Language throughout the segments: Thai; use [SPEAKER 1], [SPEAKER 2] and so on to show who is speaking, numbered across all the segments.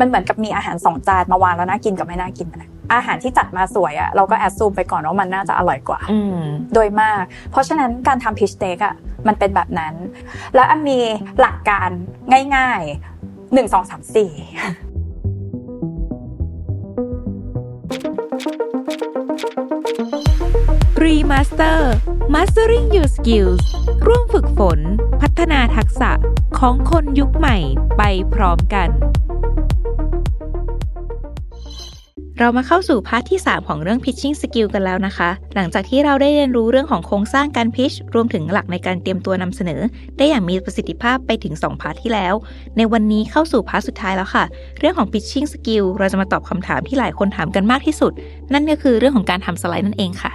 [SPEAKER 1] มันเหมือนกับมีอาหารสองจานมาวางแล้วน่ากินกับไม่น่ากินมันอะอาหารที่จัดมาสวยอะเราก็แอดซูมไปก่อนว่ามันน่าจะอร่อยกว่า
[SPEAKER 2] อืม
[SPEAKER 3] 嗯
[SPEAKER 1] โดยมาก เพราะฉะนั้นการทำพิชเต็กอ่ะมันเป็นแบบนั้น แล้วอันมีหลักการง่ายๆหนึ่งสองสามสี่
[SPEAKER 2] Remaster Mastering Your Skills ร่วมฝึกฝนพัฒนาทักษะของคนยุคใหม่ไปพร้อมกัน เรามาเข้าสู่พาร์ทที่ 3 ของเรื่อง pitching skill กันแล้วนะคะ หลังจากที่เราได้เรียนรู้เรื่องของโครงสร้างการ pitch รวมถึงหลักในการเตรียมตัวนำเสนอ ได้อย่างมีประสิทธิภาพไปถึง 2 พาร์ทที่แล้ว ในวันนี้เข้าสู่พาร์ทสุดท้ายแล้วค่ะ เรื่องของ pitching skill เราจะมาตอบคำถามที่หลายคนถามกันมากที่สุด นั่นก็คือเรื่องของการทำสไลด์นั่นเองค่ะ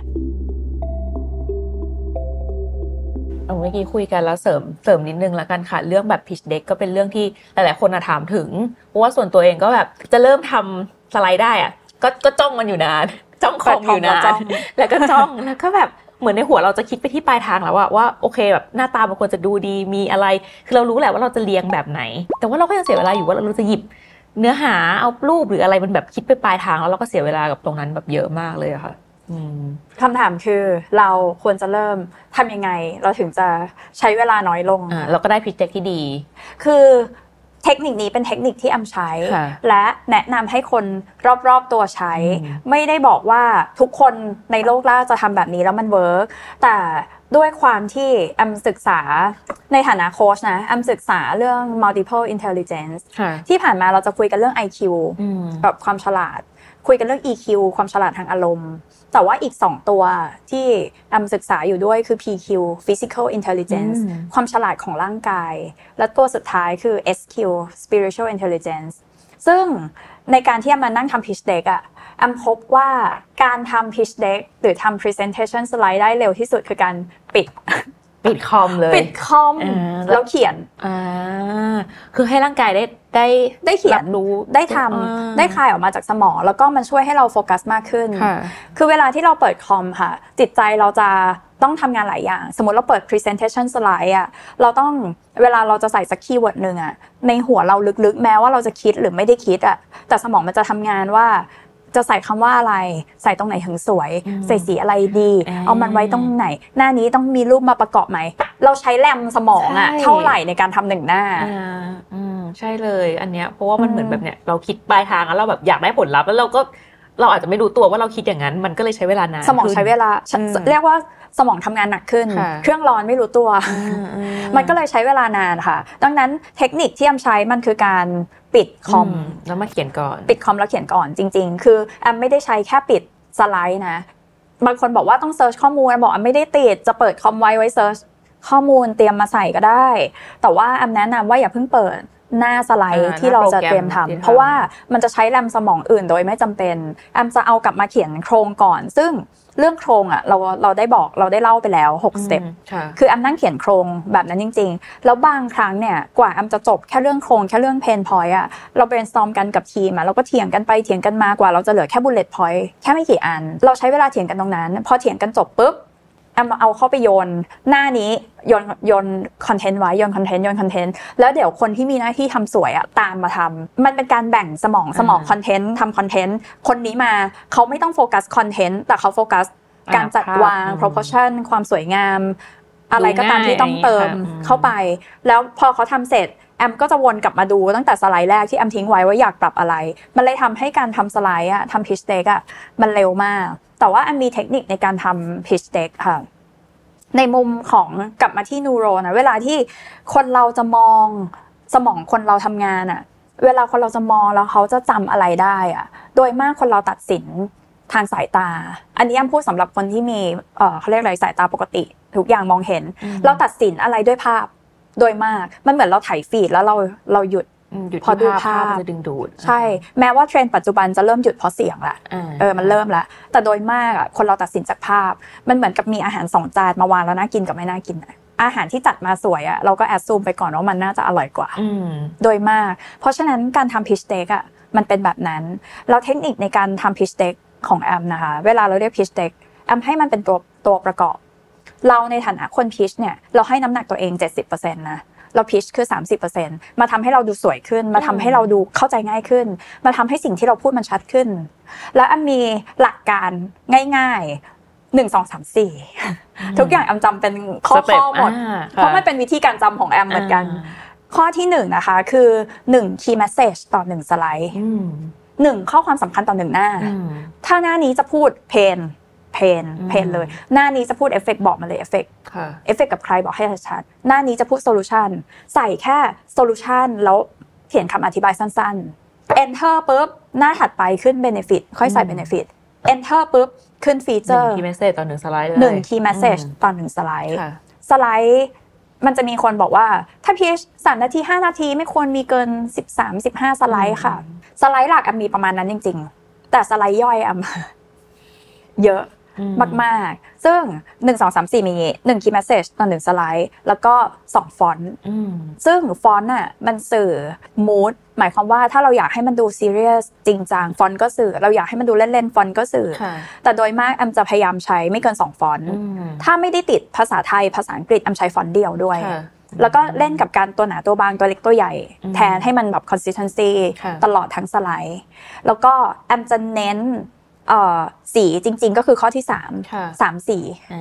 [SPEAKER 3] เอาเมื่อกี้คุยกันแล้วเสริมเสริมนิดนึงละกันค่ะ เรื่องแบบ pitch deck ก็เป็นเรื่องที่หลายๆคนน่ะถามถึง เพราะว่าส่วนตัวเองก็แบบจะเริ่มทำสไลด์ได้อะก็ก็จ้องมันอยู่นาน จ้องคอมอยู่นา
[SPEAKER 1] เปิดคอมแล้วจ้
[SPEAKER 3] น
[SPEAKER 1] อง
[SPEAKER 3] แล้วก็จ้องแล้วก็แบบเหมือนในหัวเราจะคิดไปที่ปลายทางแล้วว่าว่าโอเคแบบหน้าตามันควรจะดูดีมีอะไร คือเรารู้แหละว่าเราจะเรียงแบบไหน แต่ว่าเราก็ยังเสียเวลาอยู่ว่าเราจะหยิบ เนื้อหาเอารูปหรืออะไรมันแบบคิดไปปลายทางแล้วเราก็เสียเวลากับตรงนั้นแบบเยอะมากเลยอะค่ะ อืม
[SPEAKER 1] คำถามคือเราควรจะเริ่มทำยังไง เราถึงจะใช้เวลาน้อยลง
[SPEAKER 3] อ่าเราก็ได้ pitch deck ที่ดี
[SPEAKER 1] คือเทคนิคนี้เป็นเทคนิคที่อำใช้
[SPEAKER 3] ค่ะ
[SPEAKER 1] และแนะนำให้คนรอบๆตัวใช้
[SPEAKER 3] อืม
[SPEAKER 1] ไม่ได้บอกว่าทุกคนในโลกล่าจะทำแบบนี้แล้วมันเวิร์กแต่ด้วยความที่แอมศึกษาในฐานะโค้ชนะแอมศึกษาเรื่อง multiple intelligence
[SPEAKER 3] ค่ะ
[SPEAKER 1] ที่ผ่านมาเราจะคุยกันเรื่อง IQ
[SPEAKER 3] อืม
[SPEAKER 1] แบบความฉลาด คุยกันเรื่อง EQ ความฉลาดทางอารมณ์ แต่ว่าอีก 2 ตัวที่แอมศึกษาอยู่ด้วยคือ PQ Physical Intelligence
[SPEAKER 3] อืม
[SPEAKER 1] ความฉลาดของร่างกาย และตัวสุดท้ายคือ SQ Spiritual Intelligence ซึ่งในการที่แอมมานั่งทำ pitch deck อะแอมพบว่าการทำ pitch deck หรือทำ presentation slide ได้เร็วที่สุดคือการปิด
[SPEAKER 3] ปิดคอมเลย
[SPEAKER 1] ปิดคอม
[SPEAKER 3] อ่า
[SPEAKER 1] แล้วเขียน
[SPEAKER 3] อ่าคือให้ร่างกายได้ได้
[SPEAKER 1] ได้เขียน
[SPEAKER 3] รับรู้
[SPEAKER 1] ได้ท
[SPEAKER 3] อ่า
[SPEAKER 1] ำได้คลายออกมาจากสมอง แล้วก็มันช่วยให้เราโฟกัสมากขึ้น
[SPEAKER 3] ค่ะ
[SPEAKER 1] คือเวลาที่เราเปิดคอมค่ะ จิตใจเราจะต้องทำงานหลายอย่าง สมมติเราเปิด presentation slide อะเราต้องเวลาเราจะใส่สักคีย์เวิร์ดหนึ่งอะในหัวเราลึกๆ แม้ว่าเราจะคิดหรือไม่ได้คิดอะแต่สมองมันจะทำงานว่า จะใส่คำว่าอะไร ใส่ตรงไหนถึงสวย
[SPEAKER 3] อืม
[SPEAKER 1] ใส่สีอะไรดี
[SPEAKER 3] อ่า
[SPEAKER 1] เอามันไว้ตรงไหน หน้านี้ต้องมีรูปมาประกอบไหม เราใช้แรมสมองอะ
[SPEAKER 3] ใช่
[SPEAKER 1] เท่าไหร่ในการทำหนึ่งหน้า
[SPEAKER 3] อ่าอืมใช่เลยอันเนี้ยเพราะว่ามัน
[SPEAKER 1] อืม
[SPEAKER 3] เหมือนแบบเนี้ยเราคิดปลายทางแล้วเราแบบอยากได้ผลลัพธ์แล้วเราก็เราอาจจะไม่รู้ตัวว่าเราคิดอย่างนั้น มันก็เลยใช้เวลานาน
[SPEAKER 1] สมอง
[SPEAKER 3] ขึ้น
[SPEAKER 1] ใช้เวลา
[SPEAKER 3] อืม
[SPEAKER 1] เรียกว่าสมองทำงานหนักขึ้น
[SPEAKER 3] ค่ะ
[SPEAKER 1] เครื่องร้อนไม่รู้ตัว
[SPEAKER 3] อืมอื
[SPEAKER 1] มันก็เลยใช้เวลานานค่ะ ดังนั้นเทคนิคที่แอมใช้มันคือการปิดคอม
[SPEAKER 3] แล้วมาเขียนก่อน
[SPEAKER 1] ปิดคอมแล้วเขียนก่อนจริง ๆ คือแอมไม่ได้ใช้แค่ปิดสไลด์นะ บางคนบอกว่าต้องเซิร์ชข้อมูลแอมบอกแอมไม่ได้ติดจะเปิดคอมไว้ไว้เซิร์ชข้อมูลเตรียมมาใส่ก็ได้ แต่ว่าแอมแนะนำว่าอย่าเพิ่งเปิดหน้าสไลด์
[SPEAKER 3] อ่า
[SPEAKER 1] ที่เราจะเตรียมทำ
[SPEAKER 3] หน้าโปรแกรมที่ทำ
[SPEAKER 1] เพราะว่ามันจะใช้แรมสมองอื่นโดยไม่จำเป็นแอมจะเอากลับมาเขียนโครงก่อน ซึ่งเรื่องโครงอ่ะเราเราได้บอกเราได้เล่าไปแล้วหกสเต็ป
[SPEAKER 3] อืมค่ะ
[SPEAKER 1] คือแอมนั่งเขียนโครงแบบนั้นจริง ๆ แล้วบางครั้งเนี่ยกว่าแอมจะจบแค่เรื่องโครงแค่เรื่องเพนพอยอะเราเบรนสตอมกันกับทีมอะเราก็เถียงกันไปเถียงกันมากว่าเราจะเหลือแค่บุลเลตพอยแค่ไม่กี่อัน เราใช้เวลาเถียงกันตรงนั้น พอเถียงกันจบปุ๊บแอมเอาเข้าไปโยน หน้านี้โยนโยนคอนเทนต์ไว้โยนคอนเทนต์โยนคอนเทนต์แล้วเดี๋ยวคนที่มีหน้าที่ทำสวยอะตามมาทำมันเป็นการแบ่งสมองสมอง
[SPEAKER 3] อ่า
[SPEAKER 1] คอนเทนต์ทำคอนเทนต์คนนี้มาเขาไม่ต้องโฟกัสคอนเทนต์แต่เขาโฟกัส การจัดวาง
[SPEAKER 3] อ่าภาพ
[SPEAKER 1] proportion ความสวยงาม อะไรก็ตาม
[SPEAKER 3] ดูง่าย
[SPEAKER 1] ที่ต้องเติม
[SPEAKER 3] อะไรอย่างงี้ค่ะ
[SPEAKER 1] เข้าไป แล้วพอเขาทำเสร็จ แอมก็จะวนกลับมาดูตั้งแต่สไลด์แรกที่แอมทิ้งไว้ว่าอยากปรับอะไร มันเลยทำให้การทำสไลด์อะทำพิชเ e ็กอะมันเร็วมาก แต่ว่าแอมมีเทคนิคในการทำพิชเ e ็กค่ะ ในมุมของกลับมาที่นูโรนะเวลาที่คนเราจะมองสมองคนเราทำงานอะเวลาคนเราจะมองแล้วเขาจะจำอะไรได้อะโดยมากคนเราตัดสินทางสายตา อันนี้แอมพูดสำหรับคนที่มีเอ่อเขาเรียกอะไรสายตาปกติ ทุกอย่างมองเห็น
[SPEAKER 3] อืม
[SPEAKER 1] เราตัดสินอะไรด้วยภาพโดยมากมันเหมือนเราถ่ายฟีดแล้วเราเราหยุด
[SPEAKER 3] มหยุด
[SPEAKER 1] พอดู
[SPEAKER 3] ที่ภาพ
[SPEAKER 1] ภาพ
[SPEAKER 3] ภาพจะดึงดูด
[SPEAKER 1] ใช่ แม้ว่าเทรนด์ปัจจุบันจะเริ่มหยุดเพราะเสียงละ
[SPEAKER 3] า
[SPEAKER 1] เออมันเริ่มละแต่โดยมากอะคนเราตัดสินจากภาพ มันเหมือนกับมีอาหารสองจานมาวางแล้วน่ากินกับไม่น่ากินอะอาหารที่จัดมาสวยอะเราก็แอดซูมไปก่อนว่ามันน่าจะอร่อยกว่า
[SPEAKER 3] อืม
[SPEAKER 1] โดยมาก เพราะฉะนั้นการทำ pitch deck อะมันเป็นแบบนั้น แล้วเทคนิคในการทำ pitch deck ของแอมนะคะ เวลาเราเรียก pitch deck แอมให้มันเป็นตัวตัวประกอบ เราในฐานะคน pitch เนี่ย เราให้น้ำหนักตัวเอง 70%นะ เราพิชคือ 30%มาทำให้เราดูสวยขึ้น มาทำให้เราดูเข้าใจง่ายขึ้น มาทำให้สิ่งที่เราพูดมันชัดขึ้น แล้วแอมมีหลักการง่ายๆหนึ่งสองสามสี่ทุกอย่างแอมจำเป็นข้อ
[SPEAKER 3] สเต็ป
[SPEAKER 1] ข้อหมด
[SPEAKER 3] อ่า
[SPEAKER 1] เพราะมันเป็นวิธีการจำของแอมเหมือนกัน ข้อที่หนึ่งนะคะคือหนึ่ง key message ต่อหนึ่งสไลด์
[SPEAKER 3] อืม
[SPEAKER 1] หนึ่งข้อความสำคัญต่อหนึ่งหน้า
[SPEAKER 3] อืม
[SPEAKER 1] ถ้าหน้านี้จะพูดเพนเพน
[SPEAKER 3] อืม
[SPEAKER 1] เพนเลย หน้านี้จะพูดเอฟเฟกบอกมาเลยเอฟเฟก
[SPEAKER 3] ค่ะ
[SPEAKER 1] เอฟเฟกกับใครบอกให้ชัดๆหน้านี้จะพูดโซลูชันใส่แค่โซลูชันแล้วเขียนคำอธิบายสั้นๆ enter ปุ๊บ หน้าถัดไปขึ้น benefit ค่อยใส่ benefit enter ปุ๊บ ขึ้นฟี
[SPEAKER 3] ห
[SPEAKER 1] เจ
[SPEAKER 3] นึ่
[SPEAKER 1] อง ร์
[SPEAKER 3] คีย์เมสเซจต่อหนึ่งสไลด์เลย
[SPEAKER 1] หนึ่ง key message
[SPEAKER 3] อืม
[SPEAKER 1] ต่อหนึ่งสไลด์
[SPEAKER 3] ค่ะ
[SPEAKER 1] สไลด์มันจะมีคนบอกว่าถ้า pH 3นาที 5 นาทีไม่ควรมีเกิน 13 15 สไลด์ค่ะ สไลด์หลักแอมมีประมาณนั้นจริง ๆ แต่สไลด์ย่อยแอม เยอะมากๆ ซึ่ง 1 2 3 4 มี1 key message ต่อ1สไลด์ แล้วก็ 2 ฟอนต์
[SPEAKER 3] อืม
[SPEAKER 1] ซึ่งฟอนต์น่ะมันสื่อ mood หมายความว่าถ้าเราอยากให้มันดู serious จริงจังฟอนต์ก็สื่อ เราอยากให้มันดูเล่นๆฟอนต์ก็สื่อ
[SPEAKER 3] ค่ะ
[SPEAKER 1] แต่โดยมากแอมจะพยายามใช้ไม่เกินสองฟอนต์
[SPEAKER 3] อืม
[SPEAKER 1] ถ้าไม่ได้ติดภาษาไทยภาษาอังกฤษแอมใช้ฟอนต์เดียวด้วย
[SPEAKER 3] ค่ะ
[SPEAKER 1] แล้วก็เล่นกับการตัวหนาตัวบางตัวเล็กตัวใหญ่
[SPEAKER 3] อืม
[SPEAKER 1] แทนให้มันแบบ consistency
[SPEAKER 3] ค่ะ
[SPEAKER 1] ตลอดทั้งสไลด์ แล้วก็แอมจะเน้นเอ่อสีจริงๆ ก็คือข้อที่ 3
[SPEAKER 3] ค่ะ
[SPEAKER 1] 3 สี
[SPEAKER 3] อ่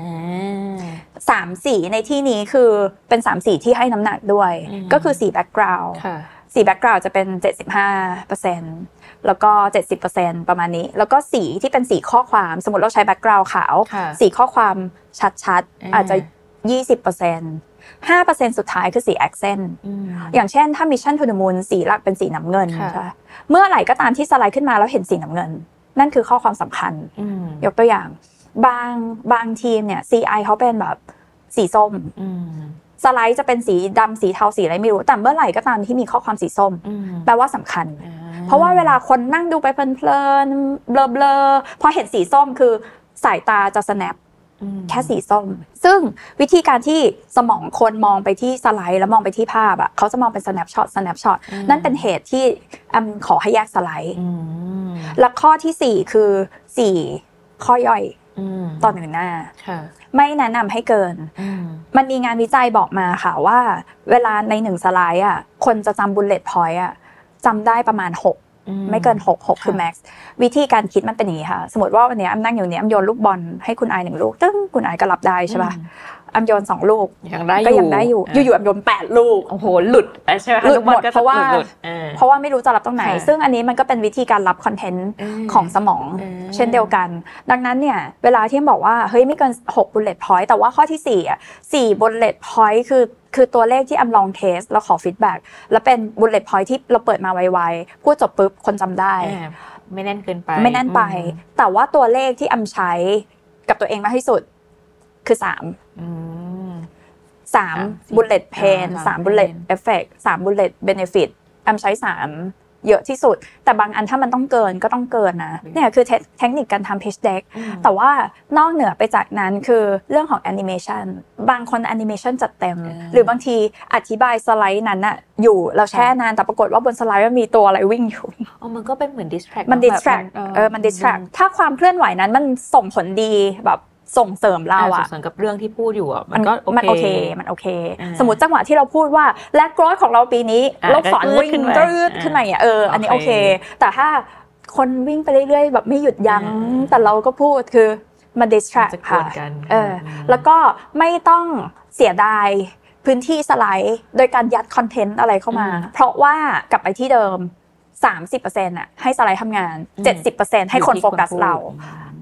[SPEAKER 3] า
[SPEAKER 1] 3 สีในที่นี้คือเป็น 3 สีที่ให้น้ำหนักด้วย
[SPEAKER 3] อืม
[SPEAKER 1] ก็คือสี background
[SPEAKER 3] ค่ะ
[SPEAKER 1] สี background จะเป็น 75%แล้วก็ 70%ประมาณนี้ แล้วก็สีที่เป็นสีข้อความสมมติเราใช้ background ขาว
[SPEAKER 3] ค่ะ
[SPEAKER 1] สีข้อความชัด
[SPEAKER 3] อ่า
[SPEAKER 1] ๆ อาจจะ 20% 5%สุดท้ายคือสี accent
[SPEAKER 3] อืม
[SPEAKER 1] อย่างเช่นถ้า Mission to the Moon สีหลักเป็นสีน้ำเงิน
[SPEAKER 3] ค่ะ
[SPEAKER 1] ใช่ปะเมื่อไหร่ก็ตามที่สไลด์ขึ้นมาแล้วเห็นสีน้ำเงิน นั่นคือข้อความสำคัญ
[SPEAKER 3] อืม
[SPEAKER 1] ยกตัวอย่าง บางบางทีมเนี่ย CI เขาเป็นแบบสีส้ม
[SPEAKER 3] อืม
[SPEAKER 1] สไลด์จะเป็นสีดำสีเทาสีอะไรไม่รู้ แต่เมื่อไหร่ก็ตามที่มีข้อความสีส้ม
[SPEAKER 3] อืม
[SPEAKER 1] แปลว่าสำคัญ
[SPEAKER 3] อ่
[SPEAKER 1] เพราะว่าเวลาคนนั่งดูไปเพลินๆเบลอๆพอเห็นสีส้มคือสายตาจะ snap
[SPEAKER 3] อืม
[SPEAKER 1] แค่สีส้ม ซึ่งวิธีการที่สมองคนมองไปที่สไลด์แล้วมองไปที่ภาพอ่ะเขาจะมองเป็น snapshot snapshot
[SPEAKER 3] อืม
[SPEAKER 1] นั่นเป็นเหตุที่แอมขอให้แยกสไลด์
[SPEAKER 3] อืม
[SPEAKER 1] และข้อทีสี่4 คือ 4 ข้อย่อย
[SPEAKER 3] ม
[SPEAKER 1] ต่อหนึ่งหน้า
[SPEAKER 3] ค่ะ
[SPEAKER 1] ไม่แนะนำให้เกิน
[SPEAKER 3] อืม
[SPEAKER 1] มันมีงานวิจัยบอกมาค่ะว่า เวลาในหนึ่งสไลด์อ่ะคนจะจำบุลเลตพอยต์อ่ะจำได้ประมาณ 6
[SPEAKER 3] อื
[SPEAKER 1] ไม่เกิน 6 6
[SPEAKER 3] ค่ะ
[SPEAKER 1] คือ max วิธีการคิดมันเป็นอย่างนี้ค่ะ สมมติว่าวันเนี้ยอำนั่งอยู่เนี้ยอำโยนลูกบอลให้คุณไอายหนึ่งลูกตึ้งคุณไอายก็รับได้ใช่ป่ะอำโยนสองลูก
[SPEAKER 3] ยังได้อยู่
[SPEAKER 1] ก็ยังได้อยู่ อยู่ๆอำโยนแปดลูก
[SPEAKER 3] โอ้โหหลุดไปใช่ไหมคะ
[SPEAKER 1] หลุด
[SPEAKER 3] กบอ
[SPEAKER 1] หมด
[SPEAKER 3] ก็จ
[SPEAKER 1] เพราะว่า
[SPEAKER 3] หลุดอ่
[SPEAKER 1] เพราะว่าไม่รู้จะรับตรงไหน
[SPEAKER 3] ค่ะ
[SPEAKER 1] ซึ่งอันนี้มันก็เป็นวิธีการรับคอนเทนต์ของสมอง
[SPEAKER 3] อืม
[SPEAKER 1] เช่นเดียวกัน ดังนั้นเนี่ย เวลาที่บอกว่าเฮ้ยไม่เกิน6 bullet point แต่ว่าข้อที่4อ่ะ4 bullet point คือคือตัวเลขที่อำลองเทสแล้วขอฟีดแบ็กแล้วเป็น bullet point ที่เราเปิดมาไวๆพูดจบปุ๊บคนจำได้
[SPEAKER 3] อ่าไม่แน่นเกินไป
[SPEAKER 1] ไม่แน่นไป แต่ว่าตัวเลขที่อำใช้กับตัวเองมากที่สุดคือ3
[SPEAKER 3] อืม อ่ะ
[SPEAKER 1] 3 bullet pain
[SPEAKER 3] อ่า
[SPEAKER 1] 3 bullet
[SPEAKER 3] สาม
[SPEAKER 1] effect 3 bullet benefit อำใช้ 3 เยอะที่สุด แต่บางอันถ้ามันต้องเกินก็ต้องเกินนะ
[SPEAKER 3] อืม
[SPEAKER 1] เนี่ยคือเทคเทคนิคการทำ pitch deck
[SPEAKER 3] อืม
[SPEAKER 1] แต่ว่านอกเหนือไปจากนั้นคือเรื่องของ animation บางคน animation จัดเต็ม
[SPEAKER 3] อ่า
[SPEAKER 1] หรือบางทีอธิบายสไลด์นั้นอะอยู่เราแช่
[SPEAKER 3] ค่ะ
[SPEAKER 1] นานแต่ปรากฏว่าบนสไลด์มันมีตัวอะไรวิ่งอยู่
[SPEAKER 3] อ๋อมันก็เป็นเหมือน distract
[SPEAKER 1] มัน
[SPEAKER 3] เอะ
[SPEAKER 1] ดิสแทรก
[SPEAKER 3] แบบ
[SPEAKER 1] เออ มันดิสแทรกถ้าความเคลื่อนไหวนั้นมันส่งผลดีแบบส่งเสริมเรา
[SPEAKER 3] ส่
[SPEAKER 1] อะ
[SPEAKER 3] งเสริมกับเรื่องที่พูดอยู่อะมันก็
[SPEAKER 1] มันโอเค มันโอเค
[SPEAKER 3] อ่า
[SPEAKER 1] สมมติจังหวะที่เราพูดว่าและกรอยของเราปีนี้
[SPEAKER 3] อ่า
[SPEAKER 1] เราสอนวิ่ง
[SPEAKER 3] ขึ้นมา
[SPEAKER 1] ตืดขึ้นมาอ่ะเออ อันนี้โอ
[SPEAKER 3] โอ
[SPEAKER 1] เค
[SPEAKER 3] เค
[SPEAKER 1] แต่ถ้าคนวิ่งไปเรื่อยๆ แบบไม่หยุดยัง้ง
[SPEAKER 3] อ่า
[SPEAKER 1] แต่เราก็พูดคือมันดิสแทรก
[SPEAKER 3] จะกว
[SPEAKER 1] ค่ะ
[SPEAKER 3] นกัน
[SPEAKER 1] เออ
[SPEAKER 3] ม
[SPEAKER 1] แล้วก็ไม่ต้องเสียดายพื้นที่สไลด์ โดยการยัดคอนเทนต์อะไรเข้ามา
[SPEAKER 3] อืม
[SPEAKER 1] เพราะว่ากลับไปที่เดิม 30%อ่ะให้สไลด์ทำงาน
[SPEAKER 3] อืม
[SPEAKER 1] 70%ให้คน
[SPEAKER 3] อยู่ที่
[SPEAKER 1] โฟกัส
[SPEAKER 3] พูด
[SPEAKER 1] เรา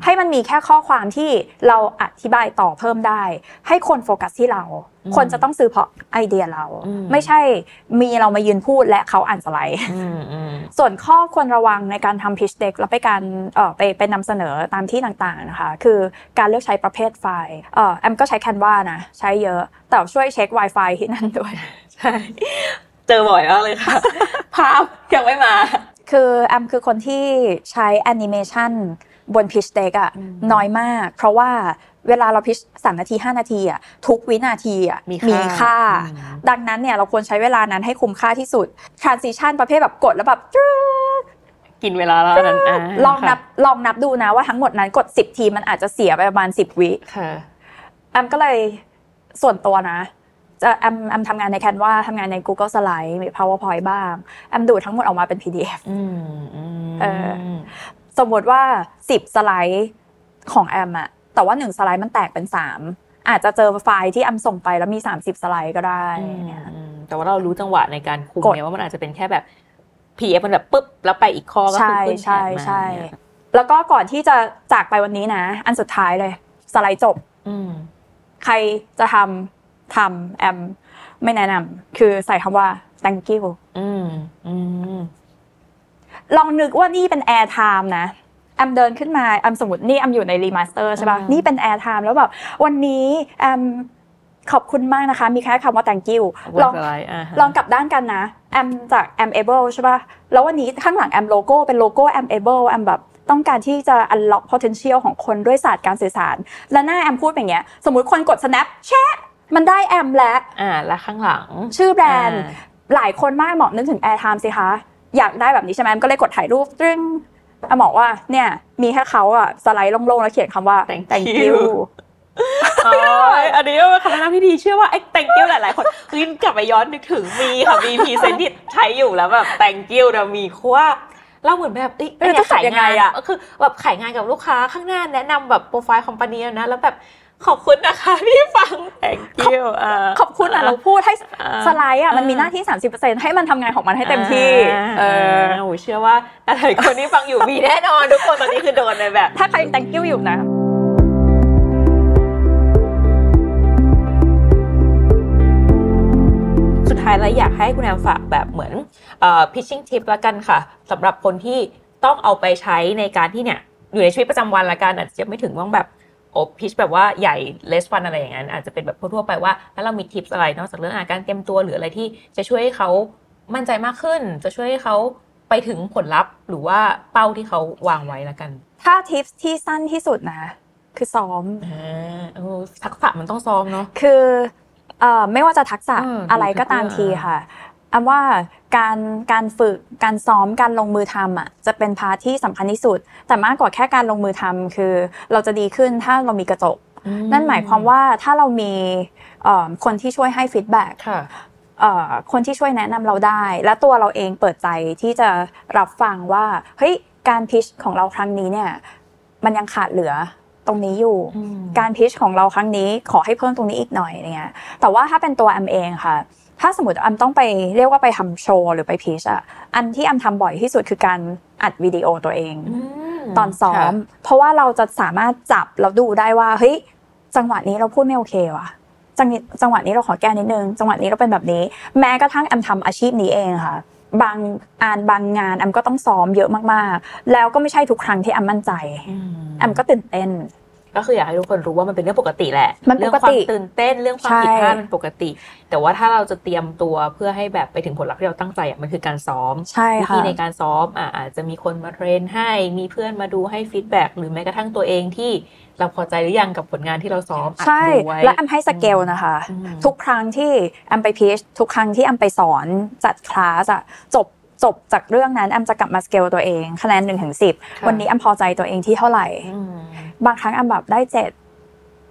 [SPEAKER 1] ให้มันมีแค่ข้อความที่เราอธิบายต่อเพิ่มได้ ให้คนโฟกัสที่เรา
[SPEAKER 3] อืม
[SPEAKER 1] คนจะต้องซื้อเพราะไอเดียเรา
[SPEAKER 3] อืม
[SPEAKER 1] ไม่ใช่มีเรามายืนพูดและเขาอ่านสไลด์
[SPEAKER 3] อืมอืม
[SPEAKER 1] ส่วนข้อควรระวังในการทำ pitch deck แล้วไปการเอ่อไปไปนำเสนอตามที่ต่างๆนะคะ คือการเลือกใช้ประเภทไฟล์เอ่อแอมก็ใช้ Canva นะ ใช้เยอะ แต่ช่วยเช็ค Wi-Fi ที่นั่นด้วย
[SPEAKER 3] ใช่ เจอบ่อยมากเลยค่ะ ภาพยังไม่มา
[SPEAKER 1] คือแอมคือคนที่ใช้ Animation บน pitch deck อะ
[SPEAKER 3] อืม
[SPEAKER 1] น้อยมาก เพราะว่าเวลาเรา pitch 3นาที 5 นาทีอะทุกวินาทีอะ
[SPEAKER 3] มีค่ามี
[SPEAKER 1] ค่า
[SPEAKER 3] อืม
[SPEAKER 1] ดังนั้นเนี่ยเราควรใช้เวลานั้นให้คุ้มค่าที่สุด transition ประเภทแบบกดแล้วแบบจื้อ
[SPEAKER 3] กินเวลาแล้วอันนั้นา
[SPEAKER 1] ลองนับ
[SPEAKER 3] ค่ะ
[SPEAKER 1] ลองนับดูนะว่าทั้งหมดนั้นกด 10 ทีมันอาจจะเสียไปประมาณ 10 วิ
[SPEAKER 3] ค่ะ
[SPEAKER 1] แอมก็เลยส่วนตัวนะ จะแอมแอมทำงานในแคนวาทำงานใน Google Slide มี PowerPoint บ้าง แอมดูดทั้งหมดออกมาเป็น PDF
[SPEAKER 3] อืมอืม
[SPEAKER 1] เอ สมมติว่า 10 สไลด์ของแอมอะแต่ว่า 1 สไลด์มันแตกเป็น 3 อาจจะเจอไฟล์ที่แอมส่งไปแล้วมี 30 สไลด์ก็ได้
[SPEAKER 3] อื
[SPEAKER 1] อะไร
[SPEAKER 3] ม
[SPEAKER 1] เงี้ย
[SPEAKER 3] อืมแต่ว่าเรารู้จังหวะในการคุม
[SPEAKER 1] กด
[SPEAKER 3] เนี่ยว่ามันอาจจะเป็นแค่แบบ PDF มันแบบปุ๊บ แล้วไปอีกข้อก็คื
[SPEAKER 1] ใช่
[SPEAKER 3] อขึ้นแท
[SPEAKER 1] ใช่
[SPEAKER 3] นมา
[SPEAKER 1] ใช่
[SPEAKER 3] เนี่ย
[SPEAKER 1] แล้วก็ก่อนที่จะจากไปวันนี้นะ อันสุดท้ายเลย สไลด์จบ
[SPEAKER 3] อืม
[SPEAKER 1] ใครจะทำทำแอม ไม่แนะนำคือใส่คำว่า thank you
[SPEAKER 3] อืมอืม
[SPEAKER 1] ลองนึกว่านี่เป็น air time นะ แอมเดินขึ้นมาแอมสมมตินี่แอมอยู่ในรีมาสเตอร์ใช่ป่ะ นี่เป็น air time แล้วแบบวันนี้แอมขอบคุณมากนะคะ มีแค่คำว่า thank you ล
[SPEAKER 3] ลอ
[SPEAKER 1] อง ง
[SPEAKER 3] อะไรอ่าฮะ
[SPEAKER 1] ลองกลับด้านกันนะ แอมจาก am able ใช่ป่ะ แล้ววันนี้ข้างหลังแอมโลโก้เป็นโลโก้ am able แอมแบบต้องการที่จะ unlock potential ของคนด้วยศาสตร์การสื่อสาร และหน้าแอมพูดอย่างเงี้ย สมมติคนกด snap แชะมันได้แอมและ
[SPEAKER 3] อ่าและข้างหลัง
[SPEAKER 1] ชื่อแบรนด์
[SPEAKER 3] อ่า
[SPEAKER 1] หลายคนมากหมอกนึกถึง airtime สิคะ อยากได้แบบนี้ใช่ไหมแอมก็เลยกดถ่ายรูปตรึ้งอะหมอกว่าเนี่ย มีแค่เขาอะสไลด์โล่งๆ แล้วเขียนคำว่า thank you
[SPEAKER 3] อ๋ออันนี้ก็เป็นคำแนะนำที่ดีเชื่อว่าไอ้ thank you หลายๆ คนคือกลับไปย้อนนึกถึงมีค่ะมีพรีเซนต์ที่ใช้อยู่แล้วแบบ thank you เรามีเพราะว่าเราเหมือนแบบเอ้ย
[SPEAKER 1] เออจะขายยังไงอะ
[SPEAKER 3] ก็คือแบบขายงานกับลูกค้าข้างหน้าแนะนำแบบโปรไฟล์คอมพานีนะ แล้วแบบขอบคุณนะคะ ที่ฟัง thank you อ่า
[SPEAKER 1] ขอบคุณอะเราพูดให้
[SPEAKER 3] อ่า
[SPEAKER 1] สไลด์อะมันมีหน้าที่ 30%ให้มันทำงานของมันให้เต็มที่เอ
[SPEAKER 3] เออ
[SPEAKER 1] อ
[SPEAKER 3] โอ้โหเชื่อว่าหลายๆคนที่ฟังอยู่มีแน่นอนทุกคนตอนนี้คือโดนในแบบ
[SPEAKER 1] ถ้าใครยัง thank you อยู่นะ
[SPEAKER 3] สุดท้ายแล้วอยากให้คุณแอมฝากแบบเหมือนเอ่อ pitching tip ละกันค่ะสำหรับคนที่ต้องเอาไปใช้ในการที่เนี่ยอยู่ในชีวิตประจำวันละกันอาจจะไม่ถึงว่าแบบโอ้พิชแบบว่าใหญ่ less fun อะไรอย่างนั้น อาจจะเป็นแบบทั่วๆไปว่าแล้วเรามีทิปอะไรนอกจากเรื่องอาการเตรียมตัวหรืออะไรที่จะช่วยให้เขามั่นใจมากขึ้น จะช่วยให้เขาไปถึงผลลัพธ์ หรือว่าเป้าที่เขาวางไว้ละกัน
[SPEAKER 1] ถ้าทิปที่สั้นที่สุดนะ คือซ้อม
[SPEAKER 3] อ่าเออทักษะมันต้องซ้อมเนาะ
[SPEAKER 1] คือเอ่อไม่ว่าจะทักษะ
[SPEAKER 3] เอออ
[SPEAKER 1] อะไรก็ตาม
[SPEAKER 3] เออ
[SPEAKER 1] ทีค่ะอันว่าการการฝึกการซ้อมการลงมือทำอ่ะจะเป็นพาร์ทที่สำคัญที่สุด แต่มากกว่าแค่การลงมือทำคือเราจะดีขึ้นถ้าเรามีกระจก นั่นหมายความว่าถ้าเรามีเอ่อคนที่ช่วยให้ฟีดแบ็ก
[SPEAKER 3] ค่ะ
[SPEAKER 1] เอ่อคนที่ช่วยแนะนำเราได้ และตัวเราเองเปิดใจที่จะรับฟังว่าเฮ้ยการพิชของเราครั้งนี้เนี่ยมันยังขาดเหลือตรงนี้อยู่
[SPEAKER 3] อืม
[SPEAKER 1] การพิชของเราครั้งนี้ขอให้เพิ่มตรงนี้อีกหน่อยอะไรเงี้ยแต่ว่าถ้าเป็นตัวแอมเองค่ะ ถ้าสมมติแอมต้องไปเรียกว่าไปทำโชว์หรือไปพิชอะอันที่แอมทำบ่อยที่สุดคือการอัดวิดีโอตัวเอง
[SPEAKER 3] ม
[SPEAKER 1] ตอนซ้อม เพราะว่าเราจะสามารถจับแล้วดูได้ว่าเฮ้ยจังหวะนี้เราพูดไม่โอเคว่ะจังจังหวะนี้เราขอแก้นิดนึง จังหวะนี้เราเป็นแบบนี้ แม้กระทั่งแอมทำอาชีพนี้เองค่ะ บางอานบางงานแอมก็ต้องซ้อมเยอะมากๆ แล้วก็ไม่ใช่ทุกครั้งที่แอมมั่นใจ
[SPEAKER 3] ค่ะ
[SPEAKER 1] แอมก็ตื่นเต้น
[SPEAKER 3] ก็คืออยากให้ทุกคนรู้ว่ามันเป็นเรื่องปกติแหละ
[SPEAKER 1] มัน
[SPEAKER 3] เรื่
[SPEAKER 1] ปก
[SPEAKER 3] ควา
[SPEAKER 1] ติ
[SPEAKER 3] มตื่นเต้นเรื่องความ
[SPEAKER 1] ใช่
[SPEAKER 3] ผิดพลาดมันปกติ แต่ว่าถ้าเราจะเตรียมตัวเพื่อให้แบบไปถึงผลลัพธ์ที่เราตั้งใจอ่ะมันคือการซ้อม
[SPEAKER 1] ใช่
[SPEAKER 3] วิธี
[SPEAKER 1] ค่ะ
[SPEAKER 3] ในการซ้อมอ่ะอาจจะมีคนมาเทรนให้ มีเพื่อนมาดูให้ฟีดแบ็กหรือแม้กระทั่งตัวเองที่เราพอใจหรือยังกับผลงานที่เราซ้อมอัด
[SPEAKER 1] ใช่
[SPEAKER 3] ดูไว้
[SPEAKER 1] และแอมให้สเกลนะคะ
[SPEAKER 3] อืม
[SPEAKER 1] ทุกครั้งที่แอมไปพีชทุกครั้งที่แอมไปสอนจัดคลาสอะจบจบจากเรื่องนั้นแอมจะกลับมาสเกลตัวเองคะแนนหนึ่งถึงสิบวันนี้แอมพอใจตัวเองที่เท่าไหร่
[SPEAKER 3] อืม
[SPEAKER 1] บางครั้งแอมแบบได้เจ็ด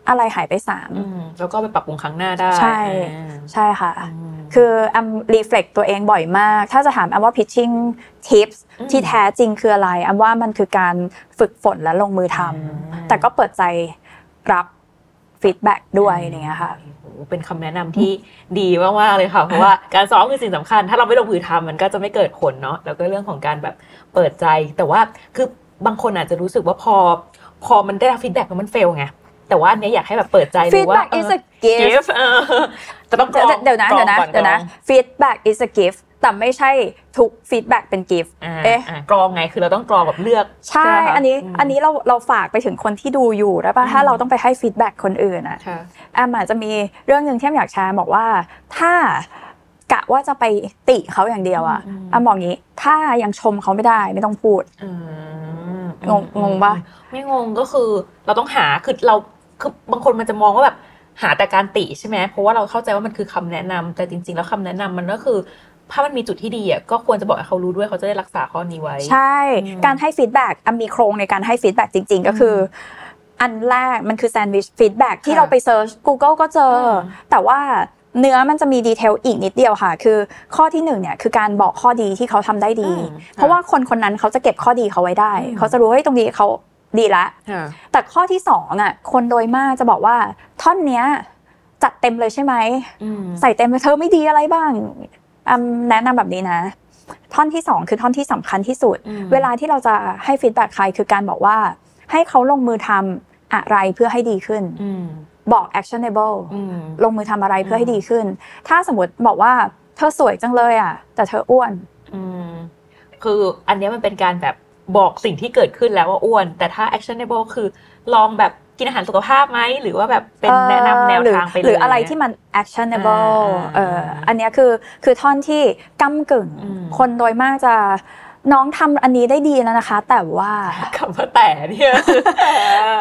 [SPEAKER 1] อะไรหายไปสาม
[SPEAKER 3] อืมแล้วก็ไปปรับปรุงครั้งหน้าได้
[SPEAKER 1] ใช่
[SPEAKER 3] อ่า
[SPEAKER 1] ใช่ค่ะ
[SPEAKER 3] ม
[SPEAKER 1] คือแอมรีเฟล็กตัวเองบ่อยมาก ถ้าจะถามแอมว่า pitching tips
[SPEAKER 3] อืม
[SPEAKER 1] ที่แท้จริงคืออะไรแอมว่ามันคือการฝึกฝนและลงมือทำแต่ก็เปิดใจรับฟีดแบ็ด้วยอะไรอย่างเงี้ยค่ะ
[SPEAKER 3] โอ้โหเป็นคำแนะนำที่ดีม ากๆเลยค่ะ เพราะว่าการซ้อมคือสิ่งสำคัญ ถ้าเราไม่ลงมือทำมันก็จะไม่เกิดผลเนาะ แล้วก็เรื่องของการแบบเปิดใจ แต่ว่าคือบางคนอาจจะรู้สึกว่าพอ พอมันได้รับฟีดแบ็กมันเฟลไง แต่ว่าอันเนี้ยอยากให้แบบเปิดใจเล
[SPEAKER 1] ฟี
[SPEAKER 3] ย
[SPEAKER 1] ด
[SPEAKER 3] ว่า
[SPEAKER 1] แบ็ก
[SPEAKER 3] เอ
[SPEAKER 1] is
[SPEAKER 3] อ
[SPEAKER 1] a gift
[SPEAKER 3] gift เออแต่ต้องกรอง
[SPEAKER 1] เดี๋ยวนะ
[SPEAKER 3] กร
[SPEAKER 1] เดี๋
[SPEAKER 3] อย
[SPEAKER 1] ว
[SPEAKER 3] ง
[SPEAKER 1] นะ
[SPEAKER 3] ก่อ
[SPEAKER 1] เดี๋ยวนะ feedback is a gift แต่ไม่ใช่ทุก feedback เป็น gift
[SPEAKER 3] อ่า
[SPEAKER 1] เอ๊ะ
[SPEAKER 3] อ่ากรองไง คือเราต้องกรองแบบเลือก
[SPEAKER 1] ใช่
[SPEAKER 3] ใช่ไหมคะ
[SPEAKER 1] อันนี้
[SPEAKER 3] อืม
[SPEAKER 1] อันนี้เราเราฝากไปถึงคนที่ดูอยู่ได้ป่ะ
[SPEAKER 3] อืม
[SPEAKER 1] ถ้าเราต้องไปให้ feedback คนอื่นอะ
[SPEAKER 3] ค่ะ
[SPEAKER 1] แอมอาจจะมีเรื่องหนึ่งที่แอมอยากแชร์บอกว่าถ้ากะว่าจะไปติเขาอย่างเดียวอะ
[SPEAKER 3] อืม
[SPEAKER 1] แอมบอกงี้ ถ้ายังชมเขาไม่ได้ไม่ต้องพูด
[SPEAKER 3] อืม
[SPEAKER 1] งงงงปะ
[SPEAKER 3] ไม่งงก็คือเราต้องหาคือเราคือบางคนมันจะมองว่าแบบหาแต่การติใช่ไหมเพราะว่าเราเข้าใจว่ามันคือคำแนะนำแต่จริง ๆ แล้วคำแนะนำมันก็คือ ถ้ามันมีจุดที่ดีอ่ะก็ควรจะบอกให้เขารู้ด้วยเขาจะได้รักษาข้อนี้ไว้
[SPEAKER 1] ใช่
[SPEAKER 3] อืม
[SPEAKER 1] การให้ฟีดแบ็กมีโครงในการให้ฟีดแบ็กจริง ๆ ก็คือ อันแรกมันคือแซนด์วิชฟีดแบ็กที่
[SPEAKER 3] ค่ะ
[SPEAKER 1] เราไปเซิร์ช Google ก็เจออ
[SPEAKER 3] ม
[SPEAKER 1] แต่ว่า เนื้อมันจะมีดีเทลอีกนิดเดียวค่ะ คือข้อที่หนึ่งเนี่ยคือการบอกข้อดีที่เขาทำได้ดี
[SPEAKER 3] อืม
[SPEAKER 1] เพราะว่าคนคนนั้นเขาจะเก็บข้อดีเขาไว้ได้
[SPEAKER 3] อืม
[SPEAKER 1] เขาจะรู้ว่าเฮ้ยตรงนี้เขาดีละ
[SPEAKER 3] ค่ะ
[SPEAKER 1] แต่ข้อที่สองอ่ะคนโดยมากจะบอกว่าท่อนเนี้ยจัดเต็มเลยใช่ไหม
[SPEAKER 3] อืม
[SPEAKER 1] ใส่เต็มไปเธอไม่ดีอะไรบ้างอืมแนะนำแบบนี้นะ ท่อนที่สองคือท่อนที่สำคัญที่สุด
[SPEAKER 3] อืม
[SPEAKER 1] เวลาที่เราจะให้ฟีดแบ็กใครคือการบอกว่า ให้เขาลงมือทำอะไรเพื่อให้ดีขึ้น
[SPEAKER 3] อืม
[SPEAKER 1] บอก actionable
[SPEAKER 3] อืม
[SPEAKER 1] ลงมือทำอะไรเพื่อให้
[SPEAKER 3] อืม
[SPEAKER 1] ดีขึ้น ถ้าสมมติบอกว่าเธอสวยจังเลยอ่ะ แต่เธออ้วน
[SPEAKER 3] อืมคืออันเนี้ยมันเป็นการแบบบอกสิ่งที่เกิดขึ้นแล้วว่าอ้วน แต่ถ้า actionable คือลองแบบกินอาหารสุขภาพไหม หรือว่าแบบเป็น
[SPEAKER 1] อ่อ
[SPEAKER 3] แนะนำแนว
[SPEAKER 1] หรือ
[SPEAKER 3] ทางไปเลย
[SPEAKER 1] หรืออะไรที่มัน actionable
[SPEAKER 3] อ่า
[SPEAKER 1] เอออันเนี้ยคือคือท่อนที่ก้ากึ่ง
[SPEAKER 3] อืม
[SPEAKER 1] คนโดยมากจะน้องทำอันนี้ได้ดีแล้วนะคะ แต่ว่า
[SPEAKER 3] คำว่าแต่เนี่ย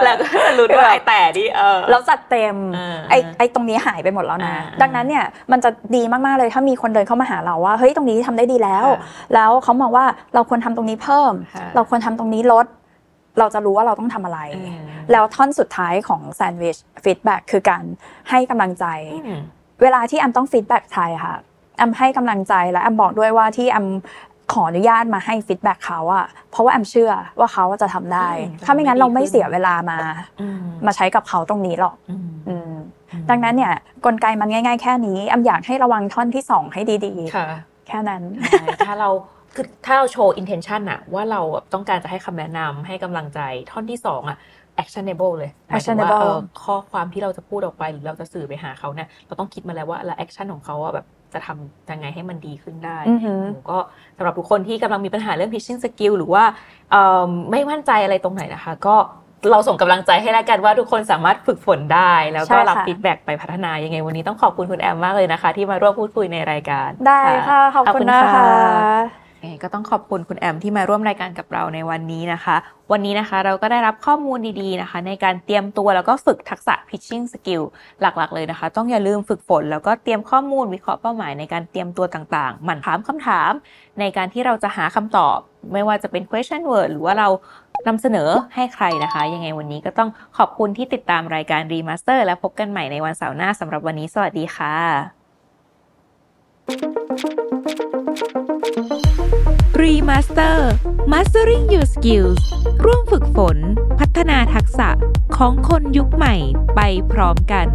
[SPEAKER 3] แล้วก็จะรู้ด้วยไอ้แต่นี่เออ
[SPEAKER 1] เราจัดเต็ม
[SPEAKER 3] เออ
[SPEAKER 1] ไอ้ไอ้ตรงนี้หายไปหมดแล้วนะ
[SPEAKER 3] อ่าอ่า
[SPEAKER 1] ดังนั้นเนี่ยมันจะดีมาก ๆ เลยถ้ามีคนเดินเข้ามาหาเราว่า เฮ้ย ตรงนี้ทำได้ดีแล้ว แล้วเขามองว่าเราควรทำตรงนี้เพิ่ม
[SPEAKER 3] ค่ะ
[SPEAKER 1] เราควรทำตรงนี้ลด เราจะรู้ว่าเราต้องทำอะไร
[SPEAKER 3] อืม
[SPEAKER 1] แล้วท่อนสุดท้ายของแซนด์วิชฟีดแบ็กคือการให้กำลังใจ
[SPEAKER 3] อืม
[SPEAKER 1] เวลาที่แอมต้องฟีดแบ็กใครค่ะแอมให้กำลังใจและแอมบอกด้วยว่าที่แอมขออนุญาตมาให้ฟีดแบ็กเขาอะเพราะว่าแอมเชื่อว่าเขาจะทำได้
[SPEAKER 3] อืม
[SPEAKER 1] ถ้าไม่งั้นเราไม่เสียเวลามา
[SPEAKER 3] อืม
[SPEAKER 1] มาใช้กับเขาตรงนี้หรอก
[SPEAKER 3] อืม
[SPEAKER 1] อืมดังนั้นเนี่ยกลไกมันง่าย ๆ แค่นี้แอมอยากให้ระวังท่อนที่สองให้ดี
[SPEAKER 3] ค่ะ
[SPEAKER 1] ๆ แค่นั้น
[SPEAKER 3] ใช่ถ้าเราคือถ้าเราโชว์ intention อะว่าเราแบบต้องการจะให้คำแนะนำให้กำลังใจท่อนที่สองอะ actionable เลยหมายถึงว่า
[SPEAKER 1] actionable
[SPEAKER 3] เออข้อความที่เราจะพูดออกไปหรือเราจะสื่อไปหาเขาเนี่ยเราต้องคิดมาแล้วว่าแล้ว action ของเขาอะแบบจะทำยังไงให้มันดีขึ้นได้
[SPEAKER 1] อือหือ
[SPEAKER 3] โอ้ก็สำหรับทุกคนที่กำลังมีปัญหาเรื่อง pitching skill หรือว่าเอิ่มไม่มั่นใจอะไรตรงไหนนะคะ ก็เราส่งกำลังใจให้แล้วกันว่าทุกคนสามารถฝึกฝนได้ แล้วก็
[SPEAKER 1] ใช่ค่ะ
[SPEAKER 3] รับฟีดแบ็ไปพัฒนายังไงวันนี้ต้องขอบคุณคุณแอมมากเลยนะคะ ที่มาร่วมพูดคุยในรายการ
[SPEAKER 1] ได้ค่ะ ขอบคุณนะคะ
[SPEAKER 3] ยังไงก็ต้องขอบคุณคุณแอมที่มาร่วมรายการกับเราในวันนี้นะคะ วันนี้นะคะเราก็ได้รับข้อมูลดีๆนะคะ ในการเตรียมตัวแล้วก็ฝึกทักษะ pitching skill หลักๆเลยนะคะ ต้องอย่าลืมฝึกฝน แล้วก็เตรียมข้อมูลวิเคราะห์เป้าหมายในการเตรียมตัวต่างๆ หมั่นถามคำถาม ในการที่เราจะหาคำตอบ ไม่ว่าจะเป็น question word หรือว่าเรานำเสนอให้ใครนะคะ ยังไงวันนี้ก็ต้องขอบคุณที่ติดตามรายการ Remaster และพบกันใหม่ในวันเสาร์หน้าสำหรับวันนี้ สวัสดีค่ะ
[SPEAKER 2] Remaster Mastering Your Skills ร่วมฝึกฝน พัฒนาทักษะของคนยุคใหม่ไปพร้อมกัน